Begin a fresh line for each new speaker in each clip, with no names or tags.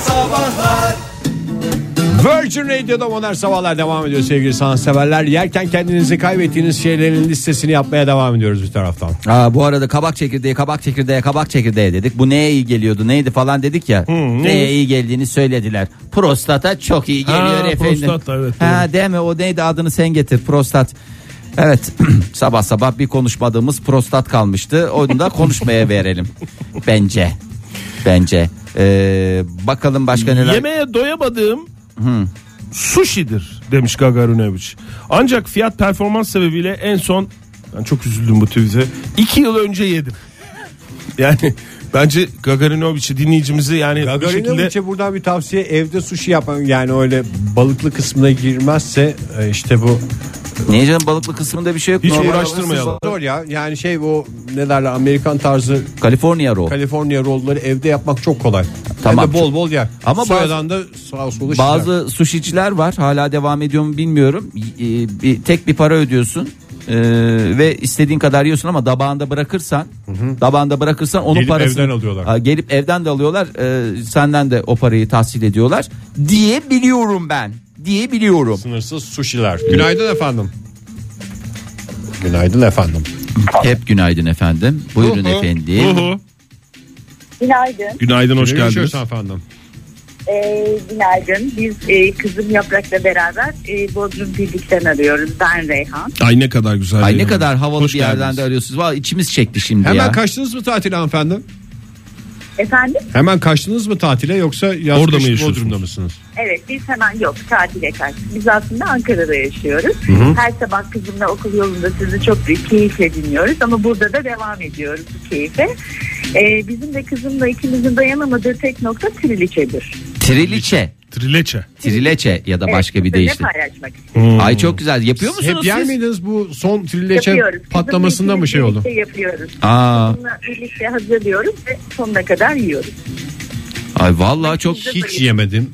Sabahlar
Virgin Radio'da Modern Sabahlar devam ediyor sevgili sanatseverler. Yerken kendinizi kaybettiğiniz şeylerin listesini yapmaya devam ediyoruz bir taraftan.
Aa, bu arada kabak çekirdeği kabak çekirdeği kabak çekirdeği dedik. Bu neye iyi geliyordu neydi falan dedik ya.
Hmm,
Neye iyi geldiğini söylediler. Prostata çok iyi geliyor
Ha,
efendim.
prostat, evet,
ha, değil mi o neydi adını sen getir prostat. Evet sabah sabah bir konuşmadığımız prostat kalmıştı. Onu da konuşmaya verelim. Bence. Bence. Ee, bakalım başka neler.
Yemeğe doyamadığım sushi'dir demiş Gagarunovic. Ancak fiyat performans sebebiyle en son ben çok üzüldüm bu tweet'e. İki yıl önce yedim. Yani bence Gagarinovic'i dinleyicimizi yani bu şekilde
Gagarinovic'e buradan bir tavsiye evde sushi yapan yani öyle balıklı kısmına girmezse e, işte bu
Niye canım balıklı kısmında bir şey yok.
hiç
Normal-
uğraştırmayalım.
zor ya yani şey bu ne derler Amerikan tarzı
Kaliforniya roll.
Kaliforniya rolları evde yapmak çok kolay.
Tamam.
Hem de bol bol yer.
Ama
Ama Sonradan da sağ solu şişer.
Bazı sushiciler var hala devam ediyor mu bilmiyorum. Y- e, bir, tek bir para ödüyorsun e, ve istediğin kadar yiyorsun ama dabağında bırakırsan dabağında bırakırsan onun
Gelip
parasını
evden alıyorlar.
Ha, gelip evden de alıyorlar e, senden de o parayı tahsil ediyorlar diye biliyorum ben diye biliyorum.
sınırsız sushiler. Günaydın efendim. Günaydın efendim.
Hep günaydın efendim. Buyurun efendim.
Uhu.
Günaydın.
Günaydın hoş
Ne
geldiniz.
görüşüyoruz efendim.
Ee, günaydın. Biz e, kızım Yaprak'la beraber e, Bodrum Birlik'ten arıyoruz. Ben Reyhan.
Ay ne kadar güzel.
Ay ne
yayın.
kadar havalı
Hoş
bir yerden
geldiniz.
de arıyorsunuz. Vallahi içimiz çekti şimdi
Hemen
ya.
kaçtınız mı tatile hanımefendi?
Efendim?
Hemen kaçtınız mı tatile yoksa yaz
Orada
kış
mı yaşıyorsunuz?
Bodrum'da mısınız?
Evet biz hemen yok tatile kaçtık. Biz aslında Ankara'da yaşıyoruz. Her sabah kızımla okul yolunda sizi çok büyük keyifle dinliyoruz. Ama burada da devam ediyoruz bu keyfe. Ee, bizim de kızımla ikimizin dayanamadığı tek nokta Triliçe'dir.
Triliçe.
Trileçe.
Trileçe ya da başka bir
kızımla
deyişle.
paylaşmak istiyorum.
Ay çok güzel. Yapıyor musunuz
Hep yer
siz?
miydiniz bu son trileçe
Yapıyoruz. Kızımla
patlamasında mı şey
ikimiz
oldu?
birlikte Yapıyoruz.
Aa.
Kızımla birlikte hazırlıyoruz ve sonuna kadar yiyoruz.
Ay vallahi çok
Hiç yemedim.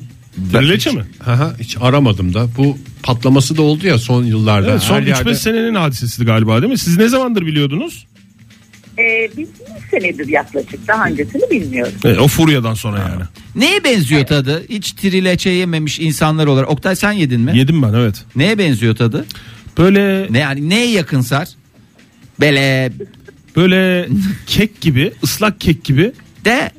Trileçe mi?
Haha, hiç aramadım da. Bu patlaması da oldu ya son yıllarda.
Evet, son
Her
3-5
yerde-
senenin hadisesi galiba değil mi? Siz ne zamandır biliyordunuz?
Ee, biz bir senedir yaklaşık daha öncesini bilmiyoruz.
Evet, E, o furyadan sonra yani.
Neye benziyor tadı? Hiç trileçe yememiş insanlar olarak. Oktay sen yedin mi?
Yedim ben evet.
Neye benziyor tadı?
Böyle
Ne yani neye yakın sar? Bele
böyle kek gibi ıslak kek gibi
de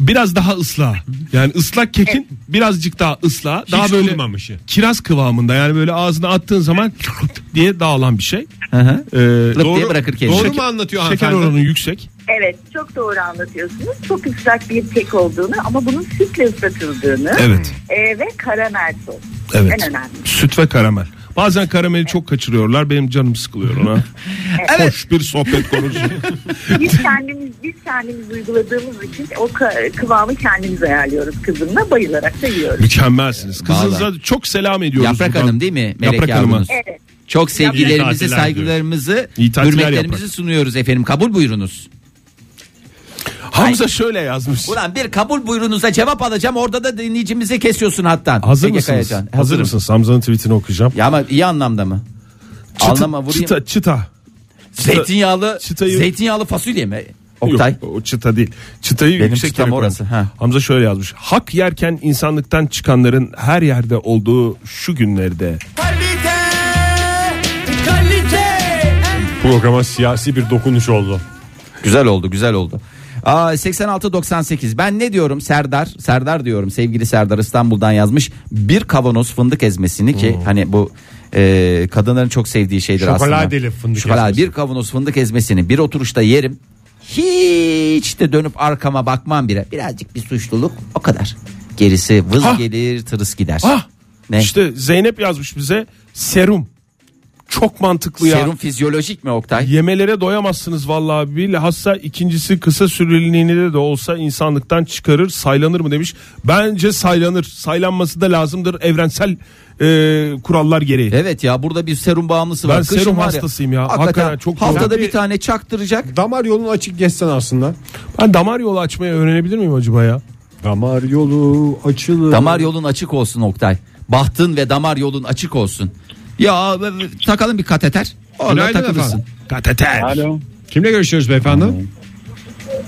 biraz daha ıslah. Yani ıslak kekin birazcık daha ıslah.
Hiç
daha böyle
kurumamışı.
kiraz kıvamında yani böyle ağzına attığın zaman diye dağılan bir şey.
Hı hı.
Ee,
Lıp diye bırakır kendini.
Doğru
Şeker-
mu anlatıyor
Şeker
hanımefendi?
oranı yüksek.
Evet çok doğru anlatıyorsunuz. Çok ıslak bir kek olduğunu ama bunun sütle ıslatıldığını
Evet.
e, ve karamel sos.
Evet.
En önemli.
Süt ve karamel. Bazen karameli çok kaçırıyorlar. Benim canım sıkılıyor ona. Hoş bir sohbet konusu.
Biz kendimiz, biz kendimiz uyguladığımız için o ka- kıvamı kendimiz ayarlıyoruz kızımla bayılarak da yiyoruz.
Mükemmelsiniz. Kızınıza çok selam ediyoruz.
Yaprak
buradan.
Hanım değil mi? Melek
Yaprak
yavrunuz.
Hanım'a.
Evet.
Çok
İyi
sevgilerimizi,
tatiller
saygılarımızı,
İyi tatiller
hürmetlerimizi
yaprak.
sunuyoruz efendim. Kabul buyurunuz.
Hamza şöyle yazmış.
Ulan bir kabul buyurunuza cevap alacağım. Orada da dinleyicimizi kesiyorsun hatta.
Hazır mısınız?
Hazır,
Hazır, mısınız? Hamza'nın tweetini okuyacağım.
Ya ama iyi anlamda mı? Anlama vurayım.
Çıta, çıta.
zeytinyağlı
çıtayı-
zeytinyağlı fasulye mi? Oktay.
Yok, o çıta değil. Çıtayı
Benim
yüksek
çıtam
yere koymuş.
orası, ha.
Hamza şöyle yazmış. Hak yerken insanlıktan çıkanların her yerde olduğu şu günlerde.
Programa siyasi bir dokunuş oldu.
Güzel oldu güzel oldu. Aa, 86-98 ben ne diyorum Serdar Serdar diyorum sevgili Serdar İstanbul'dan yazmış bir kavanoz fındık ezmesini ki hani bu e, kadınların çok sevdiği şeydir
Şokoladeli
aslında.
fındık
Şokolade-
ezmesi.
Bir kavanoz fındık ezmesini bir oturuşta yerim hiç de dönüp arkama bakmam bile birazcık bir suçluluk o kadar gerisi vız
Ha.
gelir tırıs gider.
Ah!
Ne?
İşte Zeynep yazmış bize serum. Çok mantıklı ya.
Serum fizyolojik mi Oktay?
Yemelere doyamazsınız vallahi bilhassa ikincisi kısa süreliğine de olsa insanlıktan çıkarır saylanır mı demiş. Bence saylanır. Saylanması da lazımdır evrensel e, kurallar gereği.
Evet ya burada bir serum bağımlısı var.
Ben serum
var
hastasıyım ya. Hakikaten çok doğru.
haftada
Ben
bir
bir-
tane çaktıracak.
Damar yolunu açık geçsen aslında.
Ben damar yolu açmayı öğrenebilir miyim acaba ya?
Damar yolu açılır.
Damar yolun açık olsun Oktay. Bahtın ve damar yolun açık olsun. Ya e, e, takalım bir kateter. Orada
Günaydın
takılırsın.
efendim.
Kateter.
Alo.
Kimle görüşüyoruz beyefendi?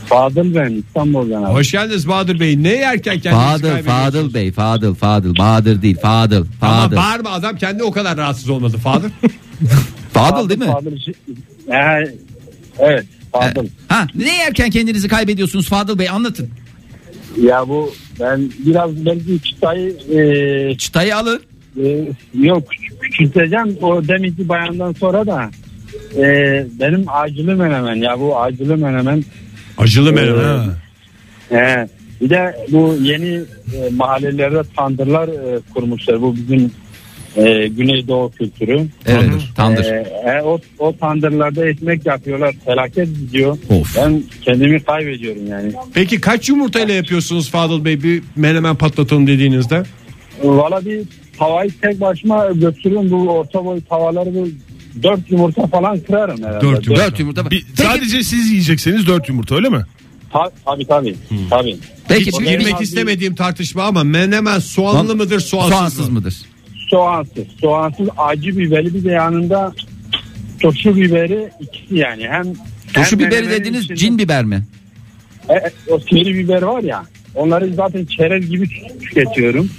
Fadıl ben İstanbul'dan abi.
Hoş geldiniz Bahadır Bey. Ne yerken kendinizi
Fadıl,
kaybediyorsunuz?
Fadıl Bey, Fadıl, Fadıl, Bahadır değil, Fadıl,
Ama
Fadıl.
bağırma adam kendi o kadar rahatsız olmadı Fadıl.
Fadıl değil mi?
Fadıl şey- Ee, evet Fadıl.
Ha, ne yerken kendinizi kaybediyorsunuz Fadıl Bey anlatın.
Ya bu ben biraz belki çıtayı e,
Çıtayı alın.
e, yok küç- küçülteceğim. O deminki bayandan sonra da e, benim acılı menemen ya bu acılı menemen
Acılı menemen.
He. Bir de bu yeni e, mahallelerde tandırlar e, kurmuşlar. Bu bizim e, Güneydoğu kültürü.
Evet, tandır.
E, e, o, o tandırlarda ekmek yapıyorlar. Felaket gidiyor.
Of.
Ben kendimi kaybediyorum yani.
Peki kaç yumurtayla yapıyorsunuz Fadıl Bey bir menemen patlatalım dediğinizde?
Valla bir tavayı tek başıma götürüyorum. Bu orta boy tavaları bu dört yumurta falan kırarım herhalde.
Dört yumurta.
Dört yumurta.
Bir-
Peki-
sadece siz yiyecekseniz dört yumurta öyle mi?
Ta- tabii tabii.
Hmm.
tabii.
Peki,
Hiç
bir-
girmek istemediğim tartışma ama menemen soğanlı
Lan-
mıdır soğansız,
soğansız
mı?
mıdır?
Soğansız. Soğansız acı biberi bir de yanında turşu biberi ikisi yani. Hem
Turşu
hem
biberi
menemenin
dediniz
içinde-
cin biber mi?
E, e, o sivri biber var ya. Onları zaten çerez gibi tü- tüketiyorum.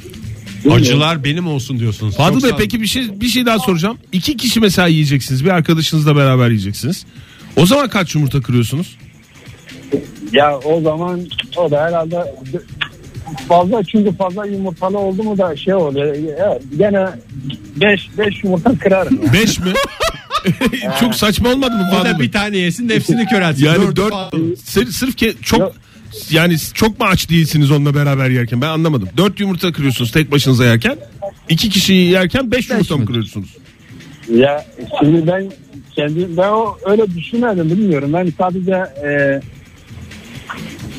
Bilmiyorum.
Acılar benim olsun diyorsunuz.
Fadıl
Çok
Bey
sağ-
peki bir şey bir şey daha soracağım. İki kişi mesela yiyeceksiniz. Bir arkadaşınızla beraber yiyeceksiniz. O zaman kaç yumurta kırıyorsunuz?
Ya o zaman o da herhalde d- fazla çünkü fazla yumurtalı oldu mu da şey oluyor. E, gene 5 5 yumurta kırarım. ya.
Beş mi? Çok saçma olmadı mı
O
Fadıl
da
Bey?
bir tane yesin de hepsini körelsin.
Yani
Dördü
dört,
Fadıl.
sır- sırf ki çok
Yok.
yani çok mu aç değilsiniz onunla beraber yerken ben anlamadım. Dört yumurta kırıyorsunuz tek başınıza yerken. iki kişi yerken beş yumurta mı
mi?
kırıyorsunuz?
ya şimdi ben kendi ben o öyle düşünmedim bilmiyorum. Ben sadece e,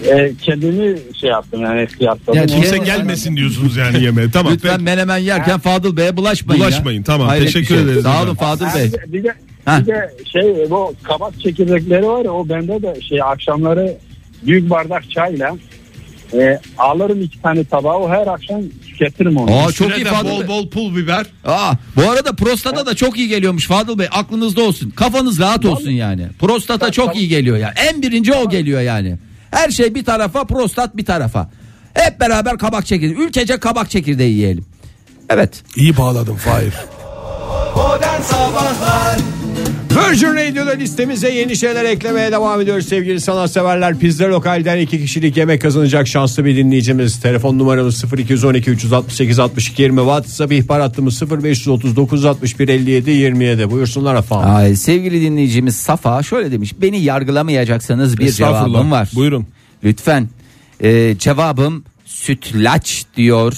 e, kendimi şey yaptım yani kıyasladım.
Yani
Onu-
Kimse gelmesin diyorsunuz yani yemeğe. Tamam.
Lütfen
peki.
menemen yerken Fadıl Bey'e bulaşmayın. ya.
Bulaşmayın, tamam.
Hayret bir şey.
Teşekkür ederiz
Sağ olun
efendim.
Fadıl
Ha,
Bey.
bir de- Bir de,
Ha.
bir de şey bu kabak çekirdekleri var ya o bende de şey akşamları büyük bardak çayla e, alırım iki tane tabağı o her akşam tüketirim onu.
Aa çok iyi
Üstüne de
Fadıl
bol
Bey.
bol pul biber.
Aa, bu arada prostata da çok iyi geliyormuş Fadıl Bey. Aklınızda olsun. Kafanız rahat olsun yani. Prostata çok iyi geliyor ya. En birinci o geliyor yani. Her şey bir tarafa, prostat bir tarafa. Hep beraber kabak çekirdeği. Ülkece kabak çekirdeği yiyelim. Evet.
İyi bağladım Fahir.
Virgin Radio'da listemize yeni şeyler eklemeye devam ediyoruz sevgili sanatseverler. Pizza Lokal'den iki kişilik yemek kazanacak şanslı bir dinleyicimiz. Telefon numaramız 0212 368 62 20 WhatsApp ihbar hattımız 0539 61 57 27. Buyursunlar efendim.
Ay, sevgili dinleyicimiz Safa şöyle demiş. Beni yargılamayacaksanız bir
Estağfurullah.
cevabım var.
Buyurun.
Lütfen. Ee, cevabım sütlaç diyor.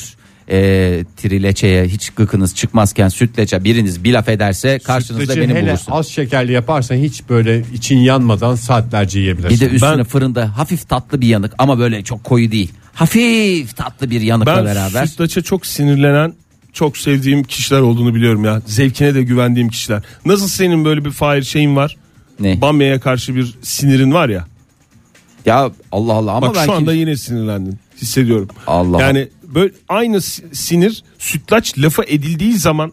Ee, trileçeye hiç gıkınız çıkmazken sütlaça biriniz bir laf ederse karşınızda
Sütlacı
beni
hele
bulursun.
az şekerli yaparsan hiç böyle için yanmadan saatlerce yiyebilirsin.
Bir de üstüne
Ben-
fırında hafif tatlı bir yanık ama böyle çok koyu değil. Hafif tatlı bir yanıkla
Ben
beraber.
sütlaça çok sinirlenen çok sevdiğim kişiler olduğunu biliyorum ya. Zevkine de güvendiğim kişiler. Nasıl senin böyle bir Fahir şeyin var?
Ne?
Bamya'ya karşı bir sinirin var ya.
Ya Allah Allah ama
Bak
ben
şu anda
kim-
yine sinirlendin. Hissediyorum.
Allah.
Yani böyle aynı si- sinir sütlaç lafa edildiği zaman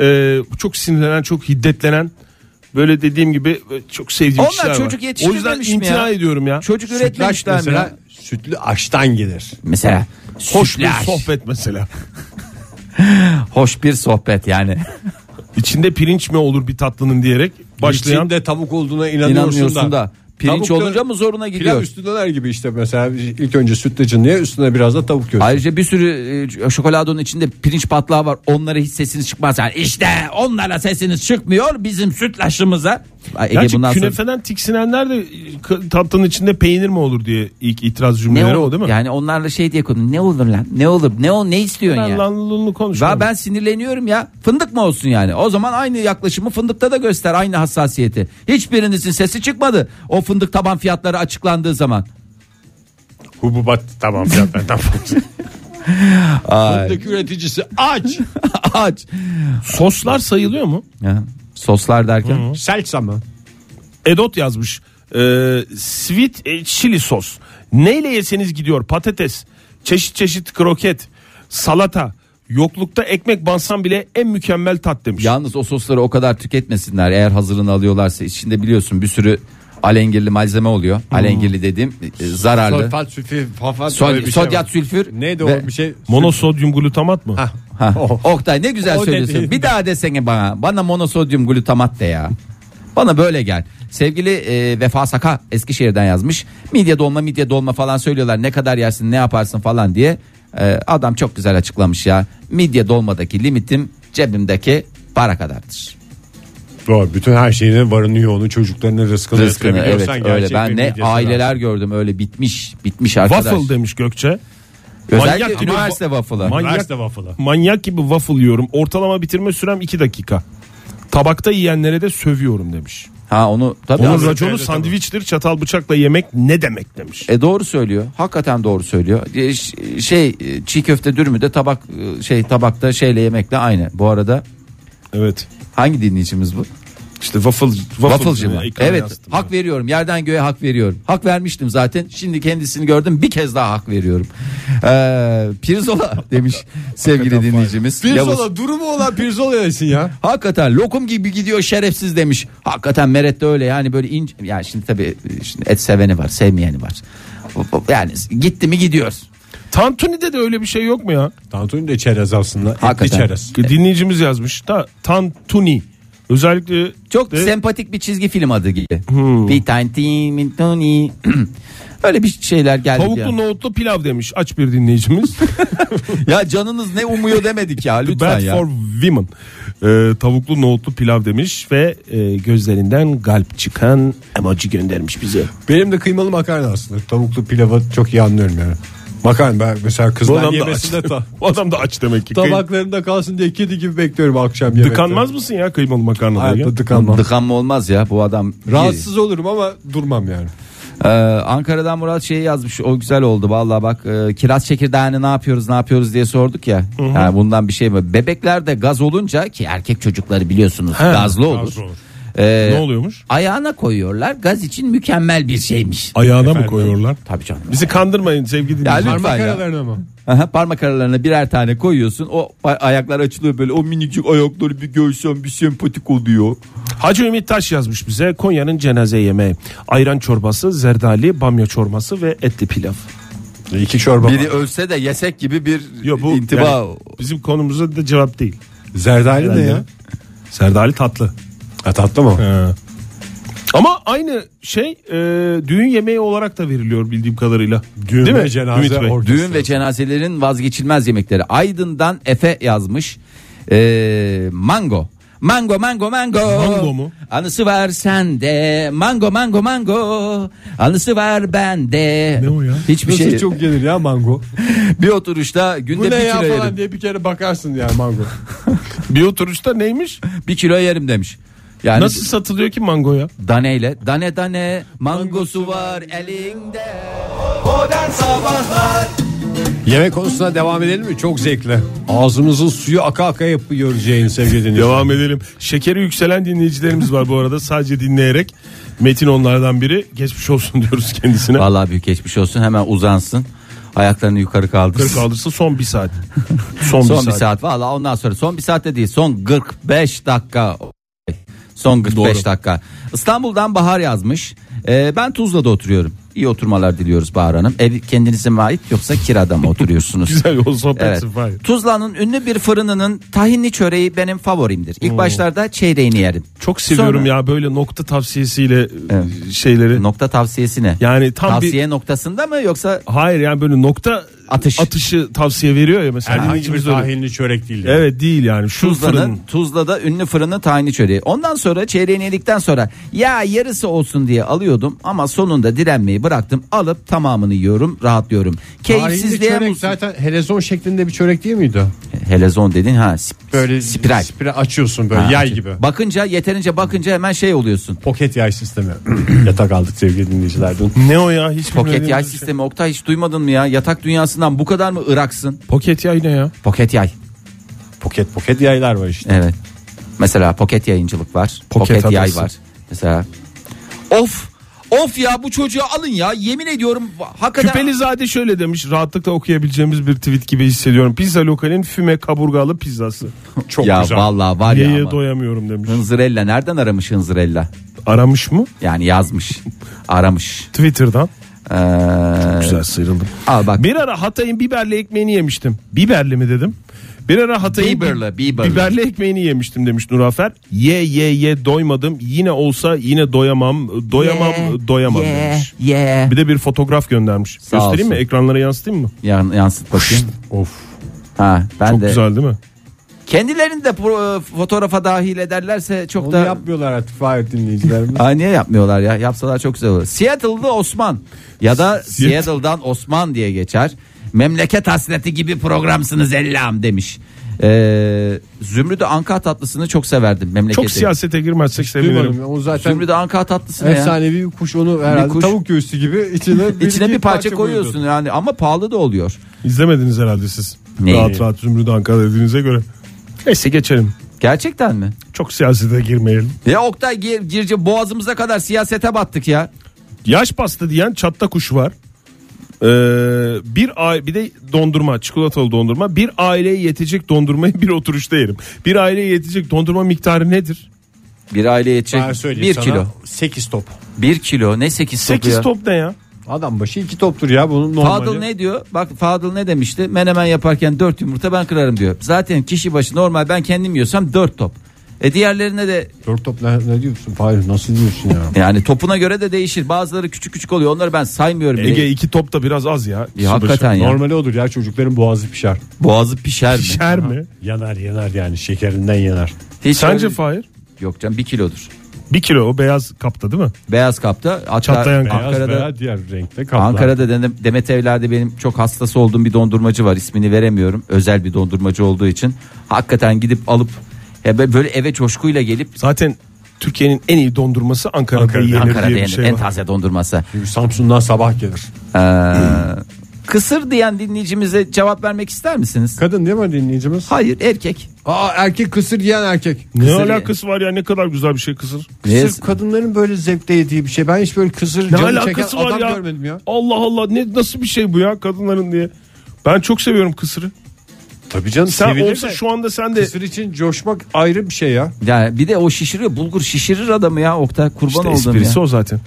e, çok sinirlenen, çok hiddetlenen böyle dediğim gibi e, çok sevdiğim
Onlar
kişiler var.
çocuk
O yüzden
yetiştirmemiş mi ya?
imtina ediyorum ya.
çocuk
Sütlaç
üretmemişler mi
mesela
ya?
sütlü aştan gelir.
Mesela
Hoş bir
sütlaç.
sohbet mesela.
Hoş bir sohbet yani.
İçinde pirinç mi olur bir tatlının diyerek başlayan
İçinde tavuk olduğuna inanıyorsun,
İnanmıyorsun da. Pirinç
Tavukta-
olunca mı zoruna
Pilav
gidiyor?
üstünden gibi işte mesela ilk önce sütlacın diye üstüne biraz da tavuk göz.
Ayrıca bir sürü e, şokoladonun içinde pirinç patlağı var. Onlara hiç sesiniz çıkmaz. Yani işte onlara sesiniz çıkmıyor bizim sütlaçımıza. Ay Ege
Gerçi
bundan sonra-
künefeden tiksinenler de k- tatlının içinde peynir mi olur diye ilk itiraz cümleleri o,
ol-
değil mi?
Yani onlarla şey diye konu ne olur lan ne olur ne ol ne istiyorsun
ben
ya?
lanlılığını
Ya
konuşmadım.
ben sinirleniyorum ya. Fındık mı olsun yani? O zaman aynı yaklaşımı fındıkta da göster aynı hassasiyeti. Hiçbirinizin sesi çıkmadı. O fındık taban fiyatları açıklandığı zaman.
Hububat tamam zaten.
Ay.
Fındık üreticisi aç.
Aç.
Soslar sayılıyor mu?
Ya, soslar derken.
Selsa mı?
Edot yazmış. Ee, sweet e, chili sos. Neyle yeseniz gidiyor? Patates, çeşit çeşit kroket, salata, yoklukta ekmek bansan bile en mükemmel tat demiş.
Yalnız o sosları o kadar tüketmesinler. Eğer hazırını alıyorlarsa içinde biliyorsun bir sürü alengirli malzeme oluyor. Alengirli dediğim e, zararlı.
Solfat, sülfür, fafat
Sol-
öyle bir şey
sodyat
var.
sülfür.
Neydi o
ve-
bir şey?
Monosodyum glutamat mı?
Ha.
Ha,
Oh.
Oktay ne güzel
O
söylüyorsun.
dediğin-
Bir daha desene bana. Bana monosodyum glutamat de ya. Bana böyle gel. Sevgili e, Vefa Saka Eskişehir'den yazmış. Midye dolma midye dolma falan söylüyorlar. Ne kadar yersin ne yaparsın falan diye. E, adam çok güzel açıklamış ya. Midye dolmadaki limitim cebimdeki para kadardır.
Doğru, bütün her şeyine varınıyor onu çocuklarının rızkını,
Rızkını evet
yatırabiliyorsan
öyle.
gerçek bir
Ben ne
midesi
aileler
lazım.
gördüm öyle bitmiş bitmiş arkadaş.
Waffle demiş Gökçe.
Özellikle
Manyak gibi-
üniversite waffle'ı.
Manyak-
Üniversite waffle'ı.
Manyak gibi waffle yiyorum. Ortalama bitirme sürem 2 dakika. Tabakta yiyenlere de sövüyorum demiş.
Ha onu tabii.
Onun
abi.
raconu sandviçtir çatal bıçakla yemek ne demek demiş.
E doğru söylüyor. Hakikaten doğru söylüyor. E, ş- Şey e, çiğ köfte dürümü de tabak e, şey tabakta şeyle yemekle aynı. Bu arada
Evet.
hangi dinleyicimiz bu?
İşte waffle,
Waffle'cı mı?
Ekrana
Evet.
yazdım.
Hak veriyorum. Yerden göğe hak veriyorum. Hak vermiştim zaten. Şimdi kendisini gördüm. Bir kez daha hak veriyorum. Ee, pirzola demiş sevgili dinleyicimiz. Yavuz.
Pirzola durumu olan pirzola yesin ya.
Hakikaten lokum gibi gidiyor şerefsiz demiş. Hakikaten Meret de öyle yani böyle ince. Yani şimdi tabii e, şimdi et seveni var, sevmeyeni var. Yani gitti mi gidiyor.
Tantuni'de de öyle bir şey yok mu ya?
Tantuni de çerez aslında. Etli
Hakikaten.
çerez.
Dinleyicimiz yazmış da Tantuni. Özellikle
Çok
de-
sempatik bir çizgi film adı gibi.
Hmm.
Bir tane timin toni. Öyle bir şeyler geldi.
Tavuklu
ya.
nohutlu pilav demiş aç bir dinleyicimiz.
ya canınız ne umuyor demedik ya
The
lütfen
Bad
ya.
for Women. Ee, tavuklu nohutlu pilav demiş ve e, gözlerinden galp çıkan emoji göndermiş bize.
Benim de kıymalı makarna aslında. Tavuklu pilavı çok iyi anlıyorum yani. Makarna ben mesela
Bu
kızlar
adam da aç.
yemesinde ta-
Bu adam da aç demek ki. Kıy-
tabaklarında kalsın diye kedi gibi bekliyorum akşam yemekte.
Dıkanmaz mısın ya kıymalı makarnada?
Hayatta dıkanmam.
Dıkanma olmaz ya bu adam.
Rahatsız olurum ama durmam yani.
Ee, Ankara'dan Murat şey yazmış o güzel oldu vallahi bak e, kiraz çekirdeğini ne yapıyoruz ne yapıyoruz diye sorduk ya. Yani bundan bir şey mi? Bebekler de gaz olunca ki erkek çocukları biliyorsunuz gazlı olur.
gazlı olur. E,
Ee,
Ne oluyormuş?
Ayağına koyuyorlar gaz için mükemmel bir şeymiş.
Ayağına mı koyuyorlar?
Tabii canım.
Bizi kandırmayın sevgili
Ya
dinleyiciler.
lütfen ya.
Makarnalarına mı?
Aha, parmak aralarına birer tane koyuyorsun. O a- ayaklar açılıyor böyle. O minicik ayakları bir görsem bir sempatik oluyor.
Hacı Ümit Taş yazmış bize Konya'nın cenaze yemeği. Ayran çorbası, zerdali, bamya çorbası ve etli pilav.
İki çorba.
Biri ölse de yesek gibi bir
Yo, bu
intiba.
yani bizim konumuza da cevap değil.
Zerdali ne ya?
Zerdali tatlı.
Ha, tatlı mı?
Ama aynı şey e, düğün yemeği olarak da veriliyor bildiğim kadarıyla.
Düğün
Değil
ve
mi?
cenaze
Ümit Bey.
or-
Düğün ve cenazelerin vazgeçilmez yemekleri. Aydın'dan Efe yazmış. Ee, mango. Mango mango mango.
Mango mu?
Anısı var sende. Mango mango mango. Anısı var bende.
Ne o ya?
Hiçbir
Nasıl
şey.
çok gelir ya mango?
Bir oturuşta günde
Bu ne
bir
ya
kilo yerim.
falan diye bir kere bakarsın yani mango.
Bir oturuşta neymiş?
Bir kilo yerim demiş.
Hani
Yani
Nasıl satılıyor ki mango ya?
Daneyle. Dane dane mangosu var elinde. Modern sabahlar.
Yemek konusuna devam edelim mi? Çok zevkli. Ağzımızın suyu aka aka yapıyoruz yayın sevgili dinleyiciler.
Devam edelim. Şekeri yükselen dinleyicilerimiz var bu arada sadece dinleyerek. Metin onlardan biri. Geçmiş olsun diyoruz kendisine.
Vallahi büyük geçmiş olsun. Hemen uzansın. Ayaklarını yukarı
Kırk
kaldırsın.
alırsa son bir saat. Son,
Son bir saat. Vallahi ondan sonra son bir saatte değil. Son 45 dakika. Son 45 dakika. İstanbul'dan Bahar yazmış. Ee, ben Tuzla'da oturuyorum. İyi oturmalar diliyoruz Bahar Hanım. Ev kendinize mi ait yoksa kirada mı oturuyorsunuz?
Güzel o sohbet
Evet.
Fahir.
Tuzla'nın ünlü bir fırınının tahinli çöreği benim favorimdir. İlk başlarda çeyreğini yerim.
Çok seviyorum
Sonra-
ya böyle nokta tavsiyesiyle e, şeyleri.
Nokta tavsiyesi ne?
Yani tam
Tavsiye noktasında mı yoksa
Hayır yani böyle nokta
Atış.
atışı tavsiye veriyor ya mesela.
Erdenin gibi
Dinleyicimiz öyle.
dahilini çörek değil. yani.
Evet değil yani. Şu
Tuzla'nın
fırın.
Tuzla'da ünlü fırını tayini çöreği. Ondan sonra çeyreğini yedikten sonra ya yarısı olsun diye alıyordum ama sonunda direnmeyi bıraktım. Alıp tamamını yiyorum, rahatlıyorum.
Tarihinde
Keyifsizliğe
çörek
mus-
zaten helezon şeklinde bir çörek değil miydi?
Helezon dedin ha. sp- spiral.
spiral açıyorsun böyle
Ha,
yay
açık.
gibi.
Bakınca yeterince bakınca hemen şey oluyorsun.
Poket yay sistemi. Yatak aldık sevgili dinleyicilerden.
Ne o ya? Hiç
Poket
bilmediğim
yay
bir şey.
sistemi Oktay hiç duymadın mı ya? Yatak dünyasından bu kadar mı ıraksın?
Poket yay ne ya?
Poket yay.
Poket poket yaylar var işte.
Evet. Mesela poket yayıncılık var. Poket,
Poket
yay
adası.
var. Mesela of Of ya bu çocuğu alın ya yemin ediyorum hakikaten
Küpelizade şöyle demiş rahatlıkla okuyabileceğimiz bir tweet gibi hissediyorum. Pizza lokalin füme kaburgalı pizzası. Çok
ya
güzel.
vallahi var ya
Yeye
ama.
doyamıyorum demiş.
Hınzırella nereden aramış Hınzırella?
Aramış mı?
Yani yazmış, aramış.
Twitter'dan.
Ee,
Güzel sıyrıldım.
Al bak.
Bir ara Hatay'ın biberli ekmeğini yemiştim. Biberli mi dedim? Bir ara Hatay'ın
Biberli,
biberli,
biberli.
ekmeğini yemiştim demiş Nurafer. Ye ye ye doymadım. Yine olsa yine doyamam. Doyamam
Ye,
doyamam
ye,
demiş.
Ye.
Bir de bir fotoğraf göndermiş.
Sağ
Göstereyim mi?
olsun.
Ekranlara yansıtayım mı?
Yan, yansıt bakayım.
Of.
Ha, ben
Çok
de.
güzel değil mi?
Kendilerini de pro- e, fotoğrafa dahil ederlerse çok
Onu
da
yapmıyorlar artık Fahir şey dinleyicilerimiz.
Aa, niye yapmıyorlar ya? Yapsalar çok güzel olur. Seattle'da Osman ya da Seattle'dan Osman diye geçer. Memleket hasreti gibi programsınız ellam demiş. Ee, Zümrüt'ü Anka tatlısını çok severdim memleketi.
Çok siyasete girmezsek sevinirim.
Duymadım. O zaten
Zümrüt'ü Anka tatlısı ne ya?
efsanevi bir kuş onu herhalde
kuş.
tavuk göğsü gibi içine bir,
İçine bir parça
koyuyordu.
koyuyorsun yani ama pahalı da oluyor.
İzlemediniz herhalde siz.
Neyi?
Rahat rahat Zümrüt Ankara dediğinize göre. Neyse geçelim.
Gerçekten mi?
Çok siyasete girmeyelim.
Ya Oktay gir, girce boğazımıza kadar siyasete battık ya.
Yaş pasta diyen çatta kuş var. Ee, bir ay bir de dondurma çikolatalı dondurma bir aileye yetecek dondurmayı bir oturuşta yerim. Bir aileye yetecek dondurma miktarı nedir?
Bir aileye yetecek
Ben söyleyeyim
bir
sana,
kilo.
8 top.
Bir kilo ne sekiz topu
8
ya?
top ne ya?
Adam başı 2 toptur ya bunun normali.
Fadıl ne diyor? Bak Fadıl ne demişti? Menemen yaparken 4 yumurta ben kırarım diyor. Zaten kişi başı normal ben kendim yiyorsam 4 top. E diğerlerine de
4 top ne, ne diyorsun Fahir nasıl diyorsun ya?
yani topuna göre de değişir. Bazıları küçük küçük oluyor. Onları ben saymıyorum E, bile.
Ege 2 top da biraz az ya.
Ya hakikaten ya.
Normali odur ya çocukların boğazı pişer.
Boğazı pişer mi?
Şer mi?
Yanar yanar yani şekerinden yanar.
Hiç
Sence
öyle-
Fahir?
Yok canım 1 kilodur.
1 kilo o beyaz kapta değil mi?
Beyaz kapta. Hatta
Çatlayan kap.
Ankara'da
Beyaz veya diğer renkte kaplar.
Ankara'da Demet- Demet Evler'de benim çok hastası olduğum bir dondurmacı var. İsmini veremiyorum. Özel bir dondurmacı olduğu için. Hakikaten gidip alıp ya böyle eve coşkuyla gelip
Zaten Türkiye'nin en iyi dondurması Ankara'da,
Ankara'da.
yenir
Ankara'da
diye bir
yenir.
şey
en
var.
taze dondurması.
Çünkü Samsun'dan sabah gelir.
Ee, kısır diyen dinleyicimize cevap vermek ister misiniz?
Kadın değil mi dinleyicimiz?
Hayır erkek.
Aa erkek kısır yiyen erkek.
Ne
Kısır
alakası var ya ne kadar güzel bir şey kısır.
Niye-
Kısır kadınların böyle zevkte yediği bir şey. Ben hiç böyle kısır
Ne
canı çeken
alakası var
adam
ya?
görmedim ya.
Allah Allah ne nasıl bir şey bu ya kadınların diye. Ben çok seviyorum kısırı.
Tabii canım
Sen
sevilir
olsa
de
şu anda sen de
Kısır için coşmak ayrı bir şey ya.
Yani bir de o şişiriyor bulgur şişirir adamı ya Oktay kurban
işte
oldum
esprisi
ya.
o zaten.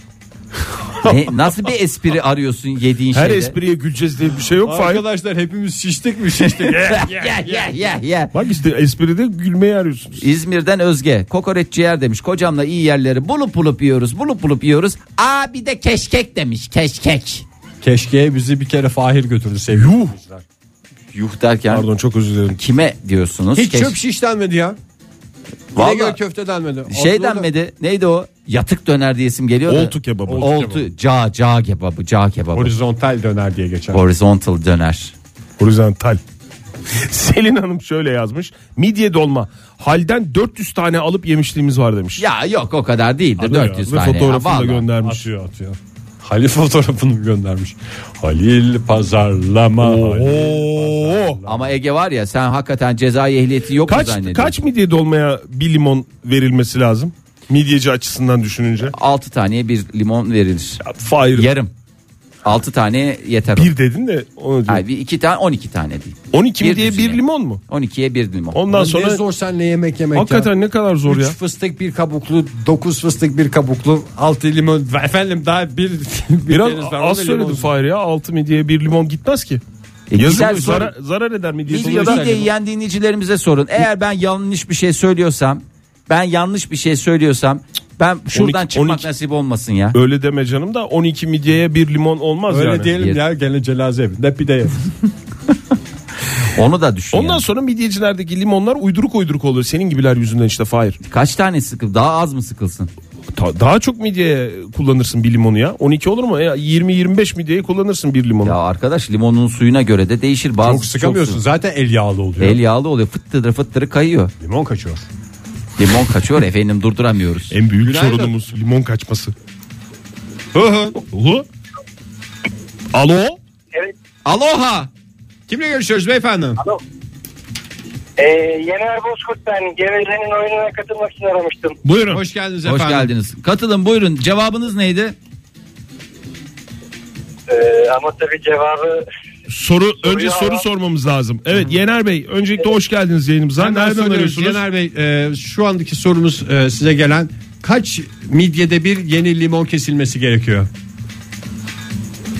Ne- nasıl bir espri arıyorsun yediğin
Her
şeyde?
espriye güleceğiz diye bir şey yok Fahir.
şey
Eh,
Arkadaşlar hepimiz şiştik mi şiştik.
Ya ya ya ya.
Bak işte espride gülmeyi arıyorsunuz.
İzmir'den Özge kokoreç ciğer demiş kocamla iyi yerleri bulup bulup yiyoruz bulup bulup yiyoruz. Aa bir de keşkek demiş keşkek.
Keşke bizi bir kere Fahir götürdü sevgili.
Yuh.
Yuh derken
Pardon çok özür dilerim.
kime diyorsunuz?
Hiç
Keş-
çöp şiş denmedi ya. Vallahi,
Vallahi-
İnegöl köfte denmedi.
Şey
Aslında da-
denmedi neydi o yatık döner diye isim geliyor da.
Oltu kebabı.
Oltu, ca ca kebabı ca kebabı.
Horizontal döner diye geçer.
Horizontal döner.
Horizontal. Selin Hanım şöyle yazmış. Midye dolma. Halden 400 tane alıp yemişliğimiz var demiş.
Ya yok o kadar değildir
Adı
400
ya. Ve
tane.
fotoğrafını
ya,
da
vallahi.
göndermiş.
Atıyor atıyor. Halil fotoğrafını göndermiş. Halil pazarlama.
Oo.
Ama Ege var ya sen hakikaten cezai ehliyeti yok mu
Kaç
zannediyorsun?
kaç midye dolmaya bir limon verilmesi lazım? Midyeci açısından düşününce.
6 taneye bir limon verilir.
Fahir.
Yarım. 6 tane yeter. o.
Bir dedin de onu diyorum.
Hayır, bir iki tane 12 tane değil.
12 mi
bir
diye
düzine.
bir limon mu?
12'ye bir limon.
Ondan sonra
Ne zor senle yemek yemek ya.
hakikaten ne kadar zor
Üç
ya.
fıstık bir kabuklu, 9 fıstık bir kabuklu, 6 limon. Efendim daha bir, bir
Biraz
deniz var, o da
az söyledim
limon.
Fahir ya 6 midye bir limon gitmez ki.
E, gider
Yazık
sor-
zarar, zarar eder mi
Biz
diye ya da
midyeyi yiyen dinleyicilerimize sorun. Eğer ben yanlış bir şey söylüyorsam, ben yanlış bir şey söylüyorsam ben şuradan
12
çıkmak
12
nasip olmasın ya.
öyle deme canım da 12 midyeye bir limon olmaz
Öyle
yani.
diyelim ya gene cenaze evinde pide yedim.
Onu da düşün.
Ondan
ya.
sonra midyecilerdeki limonlar uyduruk uyduruk olur. Senin gibiler yüzünden işte Fahir.
Kaç tane sıkıl? Daha az mı sıkılsın?
Ta- daha çok midye kullanırsın bir limonu ya. 12 olur mu? E, 20-25 midyeyi kullanırsın bir limonu.
Ya arkadaş limonun suyuna göre de değişir. Bazı
Çok sıkamıyorsun
su-
zaten el yağlı oluyor.
El yağlı oluyor. Fıttırı fıttırı kayıyor.
Limon kaçıyor.
Limon kaçıyor efendim durduramıyoruz.
En büyük
Günaydın.
sorunumuz limon kaçması. Hı hı. Hı? Alo?
Aloha. Kimle görüşüyoruz beyefendi?
Ee, Yener Bozkurt ben Geveli'nin oyununa katılmak için aramıştım.
Buyurun.
Hoş geldiniz
Hoş
efendim.
geldiniz. Katılın buyurun. Cevabınız neydi?
Ee, ama tabii cevabı
Soru önce
ya.
soru sormamız lazım. Evet Yener Bey öncelikle hoş geldiniz yayınımıza.
Hemen
Nereden
söylüyoruz.
arıyorsunuz?
Yener Bey e, şu andaki sorumuz e, size gelen kaç midyede bir yeni limon kesilmesi gerekiyor?